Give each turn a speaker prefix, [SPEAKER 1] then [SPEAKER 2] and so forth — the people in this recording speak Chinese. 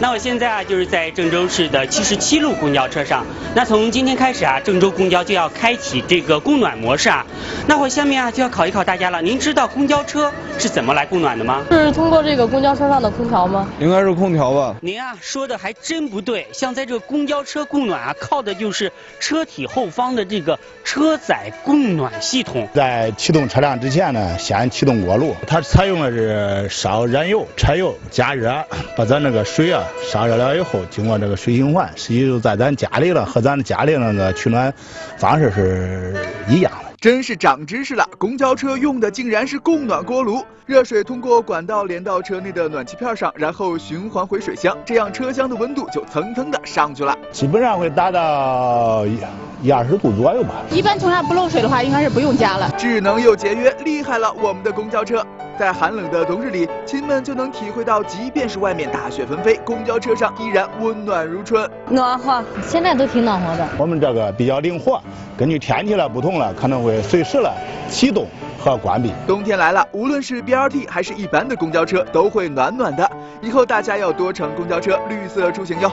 [SPEAKER 1] 那我现在啊，就是在郑州市的七十七路公交车上。那从今天开始啊，郑州公交就要开启这个供暖模式啊。那我下面啊就要考一考大家了，您知道公交车是怎么来供暖的吗？
[SPEAKER 2] 是通过这个公交车上的空调吗？
[SPEAKER 3] 应该是空调吧。
[SPEAKER 1] 您啊说的还真不对，像在这个公交车供暖啊，靠的就是车体后方的这个车载供暖系统。
[SPEAKER 4] 在启动车辆之前呢，先启动锅炉，它采用的是烧燃油、柴油加热，把咱那个水啊烧热了以后，经过这个水循环，实际就在咱家里了，和咱家里那个取暖方式是一样的。
[SPEAKER 5] 真是长知识了！公交车用的竟然是供暖锅炉，热水通过管道连到车内的暖气片上，然后循环回水箱，这样车厢的温度就蹭蹭的上去了。
[SPEAKER 4] 基本上会达到一一二十度左右吧。
[SPEAKER 6] 一般情况下不漏水的话，应该是不用加了。
[SPEAKER 5] 智能又节约，厉害了我们的公交车！在寒冷的冬日里，亲们就能体会到，即便是外面大雪纷飞，公交车上依然温暖如春。
[SPEAKER 2] 暖和，现在都挺暖和的。
[SPEAKER 4] 我们这个比较灵活，根据天气了不同了，可能会随时了启动和关闭。
[SPEAKER 5] 冬天来了，无论是 BRT 还是一般的公交车，都会暖暖的。以后大家要多乘公交车，绿色出行哟。